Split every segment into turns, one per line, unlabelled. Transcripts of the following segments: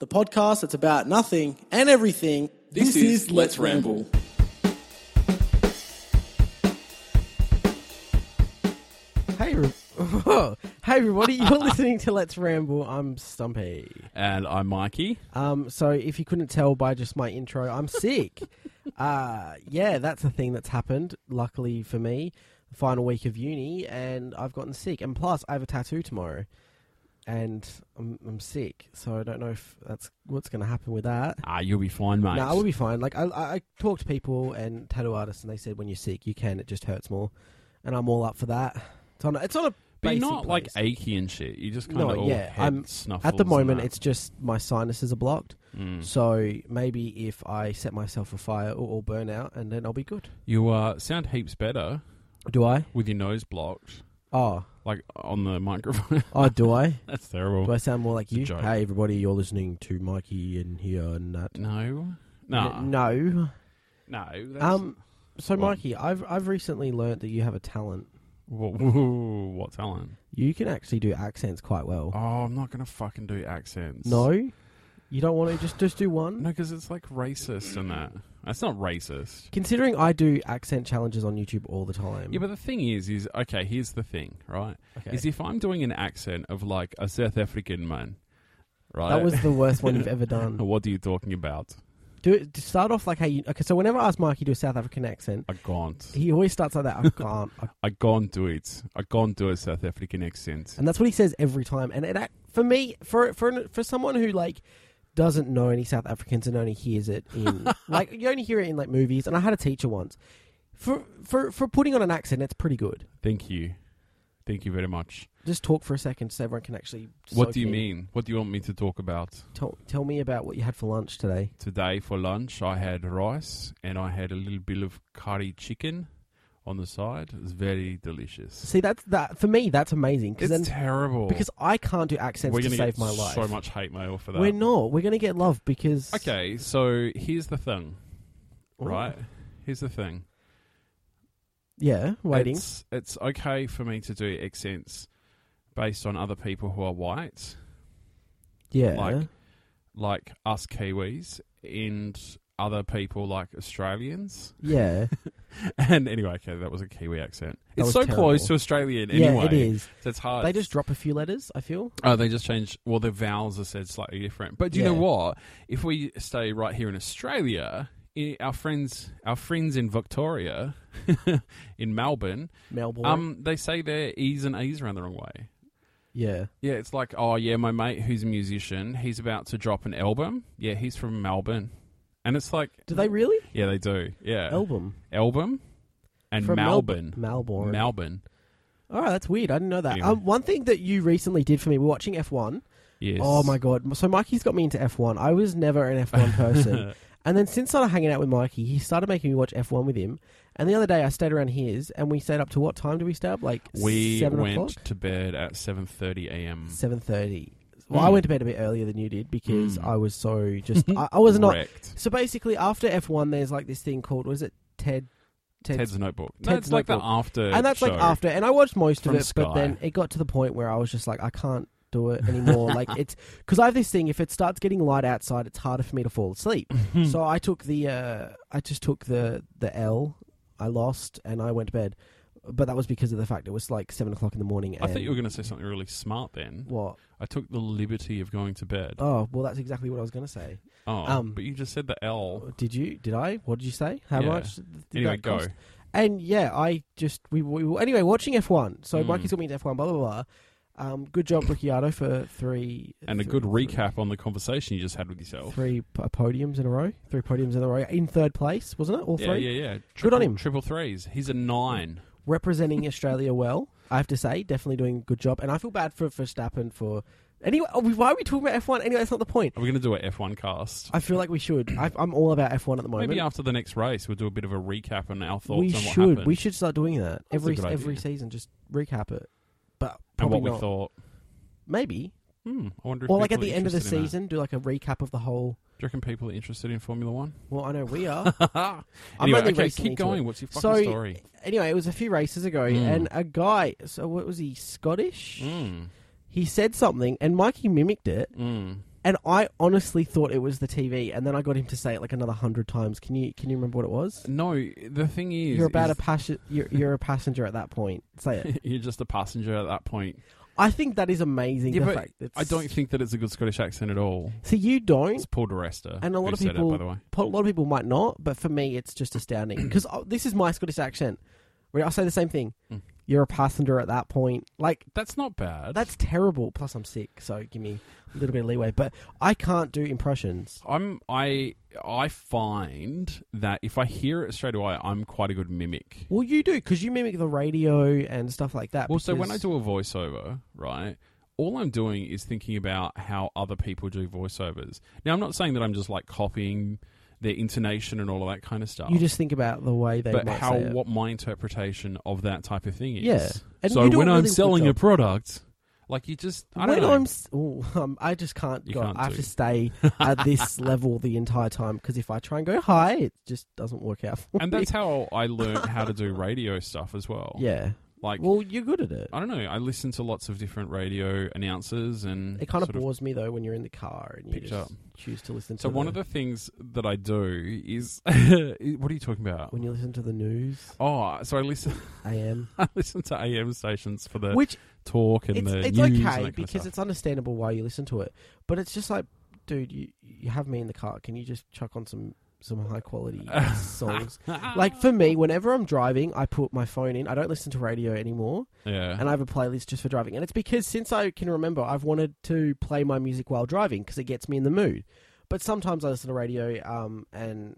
the podcast that's about nothing and everything.
This, is, Let's Ramble.
Hey, re- hey everybody, you're listening to Let's Ramble. I'm Stumpy.
And I'm Mikey.
Um, so if you couldn't tell by just my intro, I'm sick. uh, yeah, that's a thing that's happened. Luckily for me, final week of uni, and I've gotten sick. And plus, I have a tattoo tomorrow, and I'm, I'm sick. So I don't know if that's what's going to happen with that.
Ah, you'll be fine, mate.
No, I will be fine. Like I, I, I talked to people and tattoo artists, and they said when you're sick, you can. It just hurts more, and I'm all up for that. It's on. A, it's on a.
but
basic
you're not like
place.
achy and shit. You just kind of
No,
all
yeah,
head
I'm
snuffles
at the
and
moment.
that.
It's just my sinuses are blocked.
Mm.
So maybe if I set myself afire or, or burn out, and then I'll be good.
you uh, sound heaps better
Do I?
with your nose blocked,
Oh,
like on the microphone.
oh, do I?
That's
Do
terrible.
I sound more like
It's a
you?
joke.
Hey, everybody, you're listening to Mikey and here and that.
No, no,
N-
no.
no.
that's,
Um, so
Well-
Mikey, I've I've recently learnt that you have a talent.
whoa, whoa, what talent?
You can actually do accents quite well.
Oh, I'm not gonna fucking do accents.
No, you don't want to just just do one.
no, because it's like racist and that. That's not racist.
Considering I do accent challenges on YouTube all the time.
Yeah, but the thing is, is okay. Here's the thing, right?
Um, okay.
Is if I'm doing an accent of like a South African man, right?
that was the worst one you've ever done.
what are you talking about?
Do it. to Start off like how you. Okay, so whenever I ask Mikey to do a South African accent,
I can't.
he always starts like that. I can't. I
I can't do it. I can't do a South African accent.
and that's what he says every time. And it act- for me, for for for someone who like doesn't know any South Africans and only hears it in like you only hear it in like movies. And I had a teacher once for for for putting on an accent. It's pretty good.
Thank you. Thank you very much.
Just talk for a second so everyone can actually.
what
soak
do you
in.
mean? What do you want me to talk about?
Tell, tell me about what you had for lunch today.
Today for lunch, I had rice and I had a little bit of curry chicken on the side. It was very delicious.
See, that's that for me. That's amazing because
It's
then
terrible.
because I can't do accents
we're
to
gonna
save
get
my life.
so much hate mail for that.
We're not. We're gonna get love because
Okay, so here's the thing,
Oh,
right? Here's the thing.
Yeah, waiting.
It's, it's okay for me to do accents based on other people who are white,
yeah,
like- like us Kiwis, and other people like Australians.
yeah.
And anyway, okay, that was a Kiwi accent.
That
it's
was
so
terrible.
close to Australian anyway.
Yeah, it is.
So it's hard.
They just drop a few letters. I feel.
Oh, they just changed. Well, the vowels are said slightly different. But do you know
Yeah.
what? If we stay right here in Australia, i- our friends, our friends in Victoria, in Melbourne,
Melbourne.
um, they say their e's and a's around the wrong way.
yeah.
Yeah, it's like, oh yeah, my mate who's a musician, he's about to drop an album. Yeah, he's from Melbourne, and it's like,
Do they really?
yeah, they do. Yeah,
Album.
album, and
From
Melbourne,
Melbourne.
Melbourne.
All right, that's weird. I didn't know that.
Anyway.
Um, one thing that you recently did for me, we're watching F1.
Yes.
Oh, my God. So Mikey's got me into F1. I was never an F1 person. and then since started hanging out with Mikey, he started making me watch F1 with him. And the other day I stayed around his and we stayed up to what time did we stay up? Like
We
7
went
o'clock?
to bed at seven thirty a.m.
7.30. Well, I
Mm.
went to bed a bit earlier than you did because
Mm.
I was so just... I, I was not...
Correct.
So basically after F1, there's like this thing called, was it Ted...
Ted's, notebook. No,
Ted's
it's like
Notebook.
the after,
and that's like
show.
after and i watched most of
From
it but
Sky.
then it got to the point where i was just like i can't do it anymore like it's because i have this thing if it starts getting light outside it's harder for me to fall asleep
Hmm.
so i took the uh i just took the the l i lost and i went to bed but that was because of the fact it was like seven o'clock in the morning
I
and
thought you were going to say something really smart. Then
what
I took the liberty of going to bed.
oh well that's exactly what i was going to say
oh,
um,
but you just said the L.
did you did i what did you say how
Oh. Yeah.
much did
Anyway,
that
go.
cost? And yeah, I just we, we anyway watching F one. So
Mm.
Mikey's got me into F one. Blah blah blah. Um, good job, Ricciardo, for three
And a
three-
good recap on the conversation you just had with yourself.
Three p- uh, podiums in a row. Three podiums in a row. In third place, wasn't it? All
Yeah,
three
yeah, yeah. Triple,
Good on him.
Triple threes. He's a nine.
representing Australia well. I have to say, definitely doing a good job. And I feel bad for Verstappen for anyway. are we- Why are we talking about F one? Anyway, that's not the point.
Are we going to do an F one cast?
I feel like we should. I, I'm all about F one at the moment.
Maybe after the next race, we'll do a bit of a recap on our thoughts
we
on what
should.
happened
We should start doing that
That's a
every
good
every
idea.
season. Just recap it. But
and
probably
what we
not.
thought.
Maybe
Hmm, I wonder. If
Or like at
people
the
are
end of the
interested in that.
season, do like a recap of the whole.
Do you reckon people are interested in Formula One?
Well, I know we are.
anyway,
I'm only
okay,
recently
keep
to
going.
it.
What's your fucking
So-
story?
Anyway, it was a few races ago,
Mm.
and a guy. So what was he? Scottish.
Mm,
He said something, and Mikey mimicked it,
mm.
And I honestly thought it was the TV, and then I got him to say it like another hundred times. Can you can you remember what it was?
No, the thing is,
you're about
is
a passion. You're, you're a passenger at that point. Say it.
you're just a passenger at that point.
I think that is amazing.
Yeah,
the
but
fact that
I don't think that it's a good Scottish accent at all.
So you don't.
It's Paul DeResta.
And a lot
who
of
said it,
people-
by the way.
A lot of people might not, but for me, it's just astounding because oh, this is my Scottish accent. Where I say the same thing.
Mm.
You're a passenger at that point. Like
That's not bad.
that's terrible. Plus, I'm sick, so give me a little bit of leeway. But I can't do impressions.
I'm I I find that if I hear it straight away, I'm quite a good mimic.
Well, you do because you mimic the radio and stuff like that.
Well, so when I
because-
do a voiceover, right, all I'm doing is thinking about how other people do voiceovers. Now, I'm not saying that I'm just like copying their intonation and all of that kind of stuff.
you just think about the way they
but
might
how
say it.
what my interpretation of that type of thing is.
Yeah. And
so
you do a
when I'm
really good
selling a
job.
product, like you just I don't
when
know.
I'm, s- ooh, um, I just can't.
You
go,
can't
I have
do.
to stay at this level the entire time because if I try and go high, it just doesn't work out. For
and
me.
that's how I learned how to do radio stuff as well.
yeah.
Like
Well, you're good at it.
I don't know. I listen to lots of different radio announcers and
It kind of
sort
bores me though when you're in the car and you
Picks
just
up.
choose to listen to.
So one of
the
the things that I do is what are you talking about?
when you listen to the news,
Oh, so I listen.
AM,
I listen to AM stations for the
which
talk and
it's
the
it's
news and that
okay
kind of
because
stuff.
it's understandable why you listen to it, but it's just like, dude, you you have me in the car. Can you just chuck on some some high quality songs? Like for me, whenever I'm driving, I put my phone in. I don't listen to radio anymore,
yeah,
and I have a playlist just for driving. And it's because since I can remember, I've wanted to play my music while driving because it gets me in the mood. But sometimes I listen to radio, um, and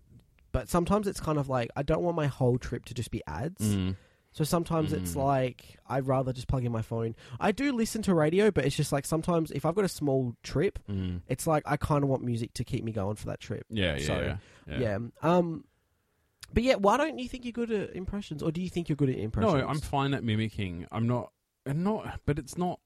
but sometimes it's kind of like I don't want my whole trip to just be ads.
Mm.
So sometimes it's
Mm.
like I'd rather just plug in my phone. I do listen to radio, but it's just like sometimes if I've got a small trip,
Mm.
it's like I kind of want music to keep me going for that trip.
yeah, yeah,
So,
yeah,
Yeah. Um. But yeah, why don't you think you're good at impressions, or do you think you're good at impressions?
No, I'm fine at mimicking. I'm not, I'm not, but it's not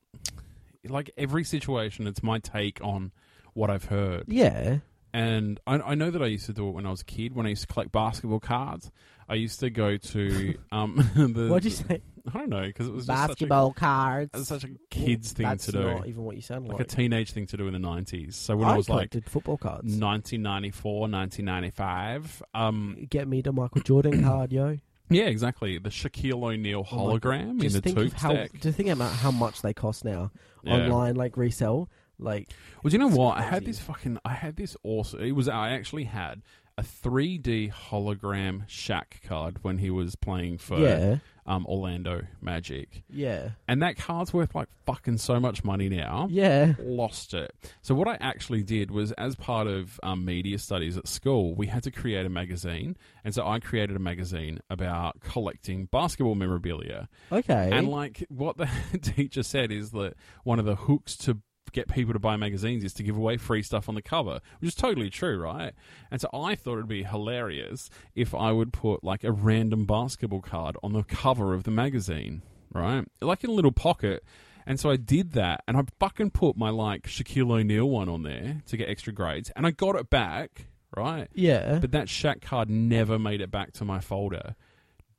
like every situation. It's my take on what I've heard.
Yeah.
And I, I know that I used to do it when I was a kid. When I used to collect basketball cards, I used to go to um. the,
What do you say?
I don't know because it was
Basketball cards.
Just such a, it was such a kids thing
That's
to do,
Not even what you sound
like
like.
a teenage thing to do in the nineties. So when I,
I
was like
collected football cards.
1994, 1995, um,
Get me the Michael Jordan card, yo.
yeah, exactly. The Shaquille O'Neal
Oh my-
hologram in
Just
the
think
tooth
of how.
deck.
Just think about how much they cost now
Yeah.
online, like resell, like
Well, do you know
It's
what? I had
crazy.
this fucking. I had this awesome. It was. I actually had a 3D hologram Shaq card when he was playing for
yeah,
um, Orlando Magic,
yeah.
and that card's worth like fucking so much money now.
Yeah.
Lost it. So what I actually did was, as part of um, media studies at school, we had to create a magazine, and so I created a magazine about collecting basketball memorabilia.
Okay.
And like what the teacher said is that one of the hooks to get people to buy magazines is to give away free stuff on the cover, which is totally true, right? And so I thought it'd be hilarious if I would put like a random basketball card on the cover of the magazine, right? Like in a little pocket. And so I did that, and I fucking put my like Shaquille O'Neal one on there to get extra grades, and I got it back, right?
yeah.
But that Shaq card never made it back to my folder.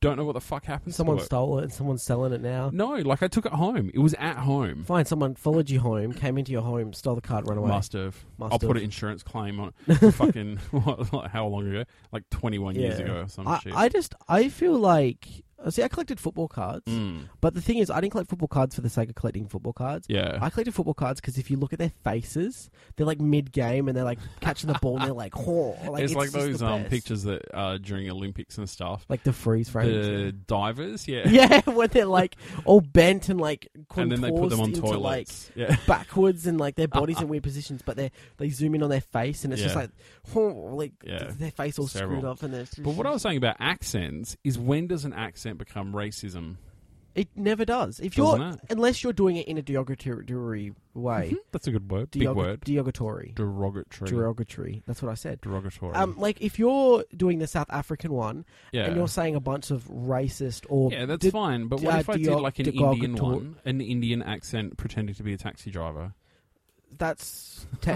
Don't know what the fuck happened.
Someone
to it.
stole it and someone's selling it now.
No, like I took it home. It was at home.
Fine, someone followed you home, came into your home, stole the card, ran away.
Must have.
Must
I'll put
have.
an insurance claim on it. fucking what, like, how long ago? Like twenty one years
Yeah.
ago or some
I,
shit.
I just, I feel like, uh, see, I collected football cards,
Mm.
but the thing is, I didn't collect football cards for the sake of collecting football cards.
Yeah.
I collected football cards because if you look at their faces, they're like mid game and they're like catching the ball and they're like, "Whoa!" Like,
it's, like
just
those
the
um
best.
pictures that uh, during Olympics and stuff.
like the freeze frames.
The divers, yeah.
yeah, when they're like all bent and like
And then they put them
contours
on
into, like
toilets. yeah.
backwards and like their bodies in weird positions, but they they zoom in on their face and it's just
Yeah.
like, oh, like
Yeah.
th- their face all
Several.
screwed up and it's
But what I was saying about accents is when does an accent become racism?
it never does. If
Doesn't
you're
it?
unless you're doing it in a derogatory way,
That's a good word.
Derog-
Big word.
derogatory,
Derogatory.
derogatory. That's what I said.
Derogatory.
Um, like if you're doing the South African one
yeah.
and you're saying a bunch of racist or
yeah, that's
de-
fine. But what
uh,
if I did
derog-
like an Indian
derogatory-
one, an Indian accent pretending to be a taxi driver?
that's te-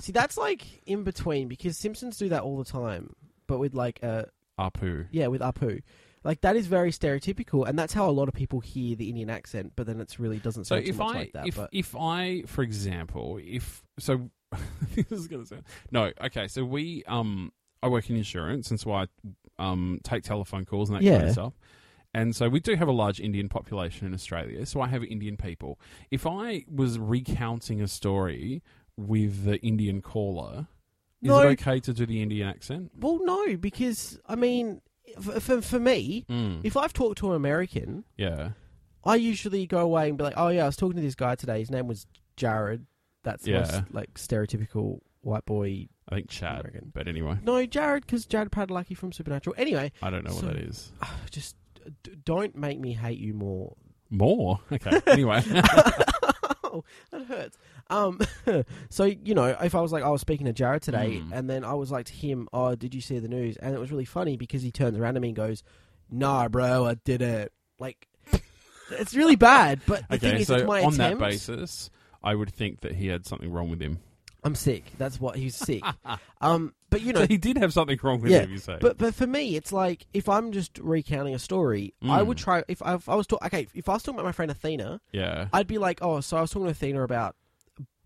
see that's like in between because Simpsons do that all the time, but with like a
Apu.
Yeah, with Apu. Like that is very stereotypical, and that's how a lot of people hear the Indian accent. But then it's really doesn't
So
sound too
if
much
I
like that.
if
but
if I for example if so this is going to sound. No, okay. So we, um, I work in insurance, and so I, um, take telephone calls and that kind
Yeah.
of stuff. And so we do have a large Indian population in Australia. So I have Indian people. If I was recounting a story with the Indian caller, is
No.
it okay to do the Indian accent?
Well, no, because I mean, for for, for me,
Mm.
if I've talked to an American,
yeah.
I usually go away and be like, "Oh yeah, I was talking to this guy today. His name was Jared. That's my
Yeah.
s like stereotypical white boy.
I think Chad.
American.
But anyway,
No, Jared, because Jared Padalecki from Supernatural. Anyway,
I don't know
So-
what that is.
just d- don't make me hate you more.
More. Okay. Anyway.
oh, that hurts. Um, so you know, if I was like, "Oh, I was speaking to Jared today,
Mm.
and then I was like to him, "Oh, did you see the news?" And it was really funny because he turns around to me and goes, "Nah, bro, I did it." Like, it's really bad. But the
okay.
thing is,
so
it's my
on that
attempt.
basis, I would think that he had something wrong with him.
I'm sick. That's what he's sick. um, but you know,
so he did have something wrong with
Yeah,
him. You say.
But but for me, it's like if I'm just recounting a story, I
Mm.
would try. If I, if I was talking, okay, if I was talking about my friend Athena,
yeah.
I'd be like, oh, so I was talking to Athena about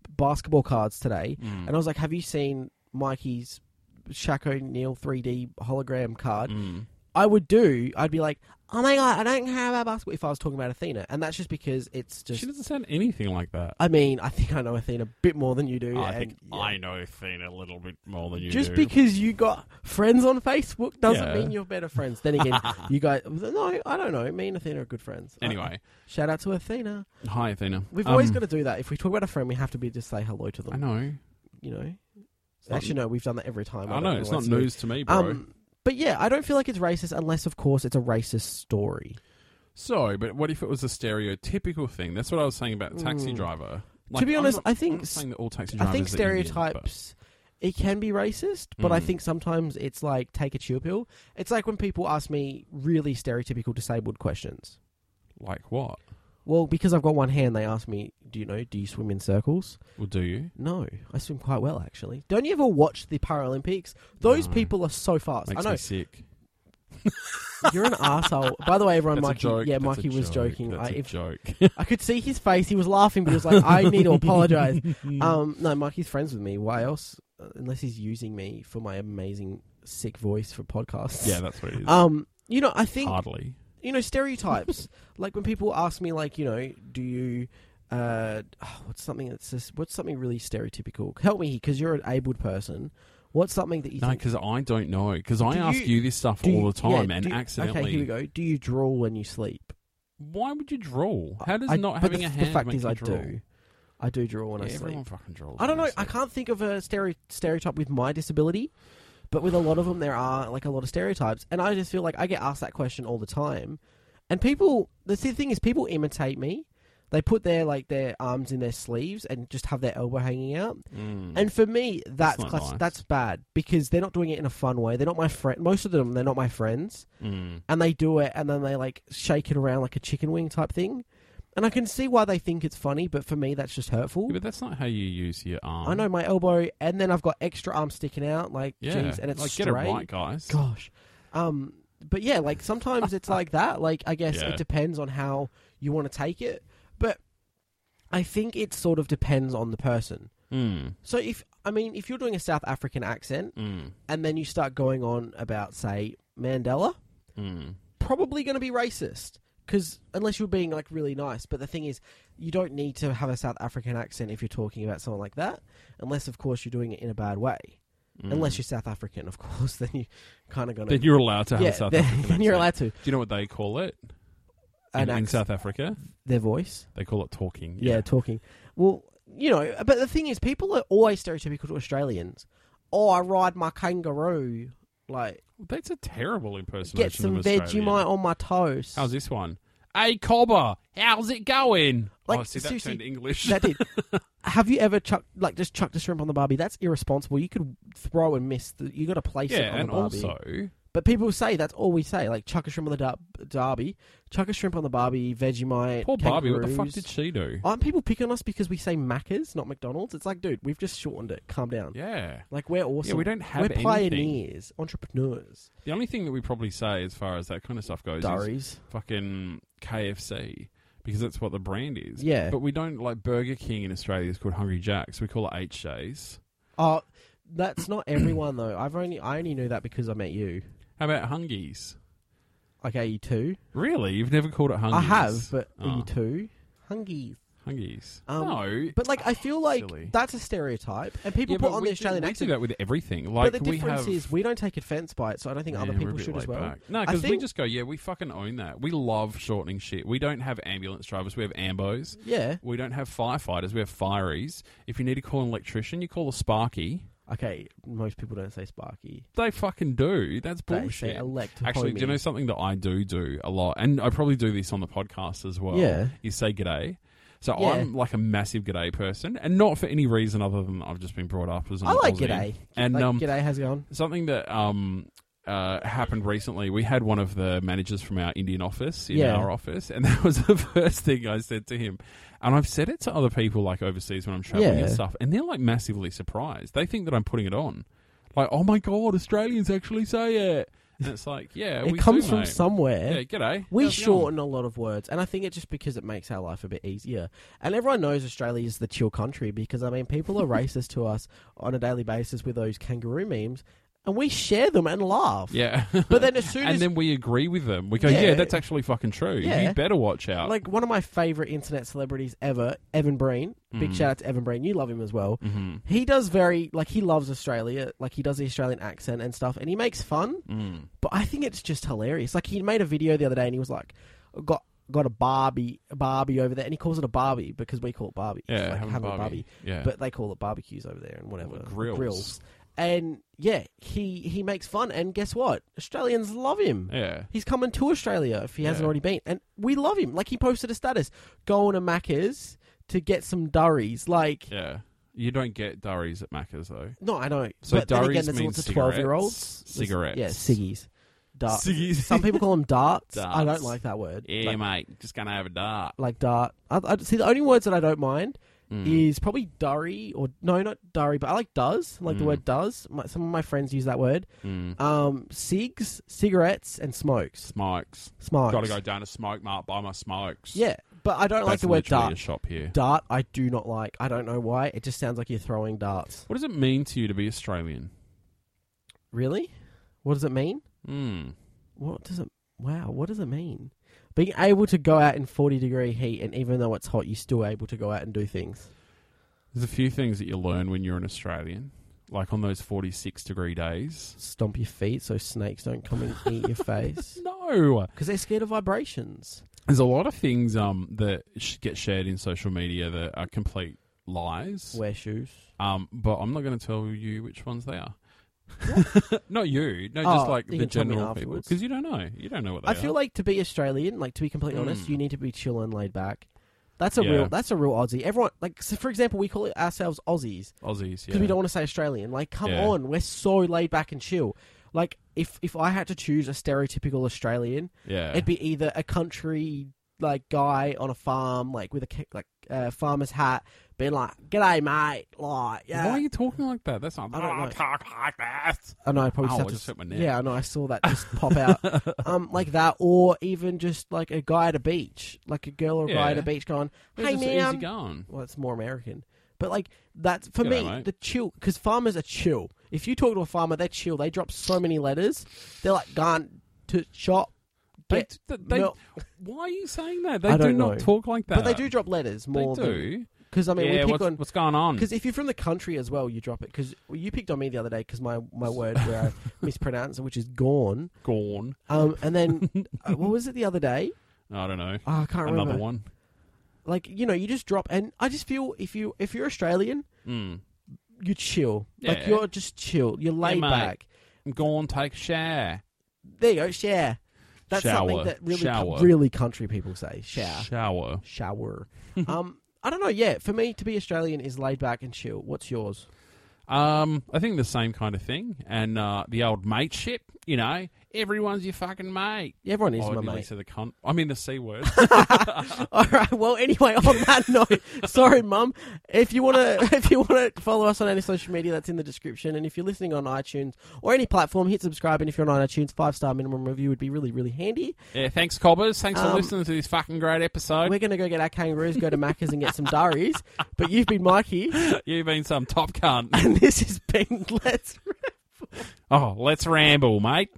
basketball cards today,
Mm.
and I was like, have you seen Mikey's Shaq O'Neal 3D hologram card?
Mm.
I would do. I'd be like, oh my god, I don't have a basketball. If I was talking about Athena, and that's just because it's just.
She doesn't sound anything like that.
I mean, I think I know Athena a bit more than you do.
I
and-
think
yeah.
I know Athena a little bit more than you
Just
do.
because you got friends on Facebook doesn't
Yeah.
mean you're better friends. Then again, you guys, no, I don't know. Me and Athena are good friends. I-
Anyway,
shout out to Athena.
hi Athena.
We've always
Um,
got to do that. If we talk about a friend, we have to be just say hello to
I
them.
know.
You know,
It's not-
actually, no, we've done that every time.
I
don't
know. It's
why
not
so-
news to me, bro.
Um, but yeah, I don't feel like it's racist unless, of course, it's a racist story.
so, but what if it was a stereotypical thing? That's what I was saying about the taxi
Mm.
driver.
to be
I'm
honest,
not-
I
I'm
think
not saying that all taxi
I
drivers.
think
are Indian, but-
stereotypes it can be racist, but I
Mm.
think sometimes it's like take a chill pill. It's like when people ask me really stereotypical disabled questions.
like what?
Well, because I've got one hand, they ask me, "Do you know? Do you swim in circles?"
Well, do you?
No, I swim quite well actually. Don't you ever watch the Paralympics? Those
No.
people are so fast.
Makes
I know
me sick.
you're an asshole. By the way, everyone,
That's a
Mikey,
joke.
yeah,
That's a
Mikey was
joke.
joking.
That's
I,
a
if,
joke.
I could see his face; he was laughing, but he was like, "I need to apologize." Um, no, Mikey's friends with me. Why else? Uh, Unless he's using me for my amazing sick voice for podcasts.
yeah, that's what it is.
Um, you know, I think
Hardly.
you know stereotypes. like when people ask me, like you know, do you? Uh, oh, what's something that's just, what's something really stereotypical? Help me, because you're an abled person. What's something that you
No,
think?
because I don't know. Because I
Do
ask
you-
you this stuff
do you-
all the time,
yeah,
and
do you-
accidentally.
Okay, here we go. Do you drool when you sleep?
Why would you drool? How does
I-
not
but
having
the,
a
f-
hand
The fact
make
is,
you
I
drool?
do. I do drool when
yeah,
I sleep.
everyone fucking drools.
I don't
when
know.
they
I
sleep.
can't think of a stereo- stereotype with my disability, but with a lot of them, there are like a lot of stereotypes, and I just feel like I get asked that question all the time, and people. The th- thing is, people imitate me. They put their like their arms in their sleeves and just have their elbow hanging out.
Mm.
And for me, that's
not
class-
nice.
that's bad because they're not doing it in a fun way. They're not my friend. Most of them, they're not my friends,
Mm.
and they do it and then they like shake it around like a chicken wing type thing. And I can see why they think it's funny, but for me, that's just hurtful.
Yeah, but that's not how you use your arm.
I know my elbow, and then I've got extra arm sticking out, like
Yeah,
jeez, and it's
like
straight.
get it right, guys.
Gosh, um, but yeah, like sometimes it's like that. Like I guess
Yeah.
it depends on how you want to take it, but I think it sort of depends on the person.
Mm.
So if I mean, if you're doing a South African accent
Mm.
and then you start going on about say Mandela,
Mm.
probably going to be racist. Because unless you're being like really nice, but the thing is, you don't need to have a South African accent if you're talking about someone like that, unless of course you're doing it in a bad way.
Mm.
Unless you're South African, of course, then you kind of gonna
then you're allowed to have
yeah,
a South
then,
African
then you're
accent.
allowed to
Do you know what they call it
an
in, in
accent-
South Africa?
their voice,
They call it talking.
yeah.
Yeah.
talking. Well, you know, but the thing is, people are always stereotypical to Australians. Oh, I ride my kangaroo, like
that's a terrible impersonation.
get some
of Australian.
Vegemite on my toast.
How's this one? Hey, Cobber, how's it going?
Like,
oh, see, that
seriously,
turned English.
that did. Have you ever chucked like just chucked a shrimp on the barbie? That's irresponsible. You could throw and miss. The, you got to place it
yeah,
on
and
the barbie.
also,
but people say that's all we say. Like chuck a shrimp on the dar- derby, chuck a shrimp on the barbie, Vegemite.
poor Barbie, what the fuck
kangaroos.
did she do?
Aren't people picking on us because we say Macca's, not McDonald's? It's like, dude, we've just shortened it. Calm down.
Yeah.
Like we're Oh, awesome.
Yeah, we don't have
we're
anything.
pioneers, entrepreneurs,
The only thing that we probably say as far as that kind of stuff goes is
durries.
fucking KFC because that's what the brand is.
Yeah.
But we don't like Burger King in Australia is called Hungry Jack's. We call it HJ's.
Oh, that's not everyone though. I've only I only knew that because I met you. E
How about hungies?
Okay, you too.
Really? You've never called it hungies?
I have, but
Ah.
you too. Hungies.
Hungies.
Um,
no.
But like, I feel like
Silly.
that's a stereotype, and people
Yeah,
put
but
on
we
the Australian
do,
accent.
We do that with everything. Like
but the difference
we have,
is we don't take offence by it, so I don't think other
Yeah, we're a
people
bit
should as
laid
well.
back. No,
I
because we
think-
just go, yeah, we fucking own that. We love shortening shit. We don't have ambulance drivers. We have ambos.
Yeah.
We don't have firefighters. We have fireys. If you need to call an electrician, you call a sparky.
Okay, most people don't say Sparky.
They fucking do. That's
They say
bullshit.
elect
Actually, do you know
homie.
something that I do do a lot, and I probably do this on the podcast as well.
Yeah.
is say g'day. So
Yeah.
I'm like a massive g'day person, and not for any reason other than I've just been brought up as an
I like
Aussie.
G'day.
And
like,
um,
G'day, how's it going?
something that um uh, happened recently. We had one of the managers from our Indian office in
Yeah.
our office, and that was the first thing I said to him. And I've said it to other people like overseas when I'm traveling
Yeah.
and stuff, and they're like massively surprised. They think that I'm putting it on, like, "Oh my god, Australians actually say it." And it's like, yeah,
It
we
comes
do,
from
mate.
somewhere.
Yeah, g'day.
We
How's it going?
shorten a lot of words, and I think it's just because it makes our life a bit easier. And everyone knows Australia is the chill country because, I mean, people are racist to us on a daily basis with those kangaroo memes, and we share them and laugh.
Yeah,
But then as soon
and
as.
then we agree with them. We go,
Yeah.
yeah, that's actually fucking true.
Yeah.
You better watch out.
like one of my favorite internet celebrities ever, Evan Breen. Big
Mhm.
shout out to Evan Breen. You love him as well.
Mhm.
He does very like he loves Australia, like he does the Australian accent and stuff, and he makes fun.
Mm.
But I think it's just hilarious. Like he made a video the other day and he was like, "Got got a Barbie, a Barbie over there," and he calls it a Barbie because we call it Barbie. It's
Yeah,
like
having a
having a
barbie. Yeah,
but they call it barbecues over there and whatever
Or grills.
And yeah, he he makes fun, and guess what? Australians love him.
yeah.
He's coming to Australia if he hasn't
Yeah.
already been. And we love him. Like, he posted a status going to Macca's to get some durries. Like,
Yeah. You don't get durries at Macca's though.
no, I know.
So
but then again,
durries
there's
means
lots of 12 year olds.
cigarettes. Cigarettes.
Yeah, ciggies. Dart.
Ciggies.
Some people call them darts. I don't
Darts.
like that word.
Yeah,
like,
mate. Just gonna have a dart.
like dart. I, I, see, the only words that I don't mind
Mm.
is probably durry or no, not durry, but I like does. I like the
Mm.
word does. My, some of my friends use that word.
Mm.
Um, cigs, cigarettes, and smokes.
Smokes.
Smokes.
Gotta go down to Smoke Mart, buy my smokes.
Yeah, but I don't
That's
like the word
literally
dart.
a shop here.
Dart, I do not like. I don't know why. It just sounds like you're throwing darts.
What does it mean to you to be Australian?
Really? What does it mean?
Mm.
What does it? Wow, what does it mean? Being able to go out in 40 degree heat, and even though it's hot, you're still able to go out and do things.
There's a few things that you learn when you're an Australian. Like on those 46 degree days.
Stomp your feet so snakes don't come and eat your face.
No.
Because they're scared of vibrations.
There's a lot of things um, that sh- get shared in social media that are complete lies.
Wear shoes.
Um, but I'm not going to tell you which ones they are. not you. No, just
Oh,
like
you
the
can tell me
general people
afterwards.
because you don't know. You don't know what they
I feel
are.
like to be Australian, like to be completely honest,
Mm.
you need to be chill and laid back. That's a
Yeah.
real. That's a real Aussie. Everyone, like, so for example, we call ourselves Aussies.
Aussies.
because
Yeah.
we don't want to say Australian. Like, come
Yeah.
on, we're so laid back and chill. Like, if if I had to choose a stereotypical Australian,
yeah.
it'd be either a country like guy on a farm, like with a ca- like uh, farmer's hat, being like, "G'day, mate," like,
Why
yeah.
are you talking like that? That's not. "Oh,
I don't know.
talk like that.
I know, I probably
Ow,
just have
I
to.
just hit my neck.
Yeah, I know. I saw that just pop out, um, like that, or even just like a guy at a beach, like a girl or a guy at
Yeah.
a beach going,
It's
"Hey,
just
man,"
easy going.
Well, it's more American. But like that's for
G'day,
me
mate.
the chill because farmers are chill. If you talk to a farmer, they're chill. They drop so many letters. They're like gone to shop,
They,
get
they, they-
milk."
why are you saying that? They
I
do
don't
not
know.
talk like that.
but they do drop letters
They
more.
do.
because I mean
yeah.
we pick
What's,
on
what's going on?
because if you're from the country as well, you drop it because you picked on me the other day because my my word where I mispronounced it, which is gone.
Gone.
Um, and then uh, what was it the other day?
I don't know.
Oh, I can't remember.
Another one.
Like you know, you just drop, and I just feel if you if you're Australian,
Mm.
you chill. Like
Yeah.
you're just chill. You're laid
mate.
back.
Go on, take a shower.
There you go, share. That's something
Shower.
that really
Shower.
really country people say. Share.
Shower.
Shower. um I don't know, yeah. For me to be Australian is laid back and chill. What's yours?
Um, I think the same kind of thing, and uh, the old mateship. You know, Everyone's your fucking mate.
Everyone is my
oh, did I
mate.
say the cunt? I mean the c word.
All right. Well, anyway, on that note, sorry, Mum. If you wanna, if you wanna follow us on any social media, that's in the description. And if you're listening on iTunes or any platform, hit subscribe. And if you're on iTunes, five star minimum review would be really, really handy.
yeah, thanks, Cobbers. Thanks
Um,
for listening to this fucking great episode.
We're gonna go get our kangaroos, go to Macca's, and get some diaries. But you've been Mikey,
You've been some top cunt.
and this has been Let's.
Oh, let's ramble, mate.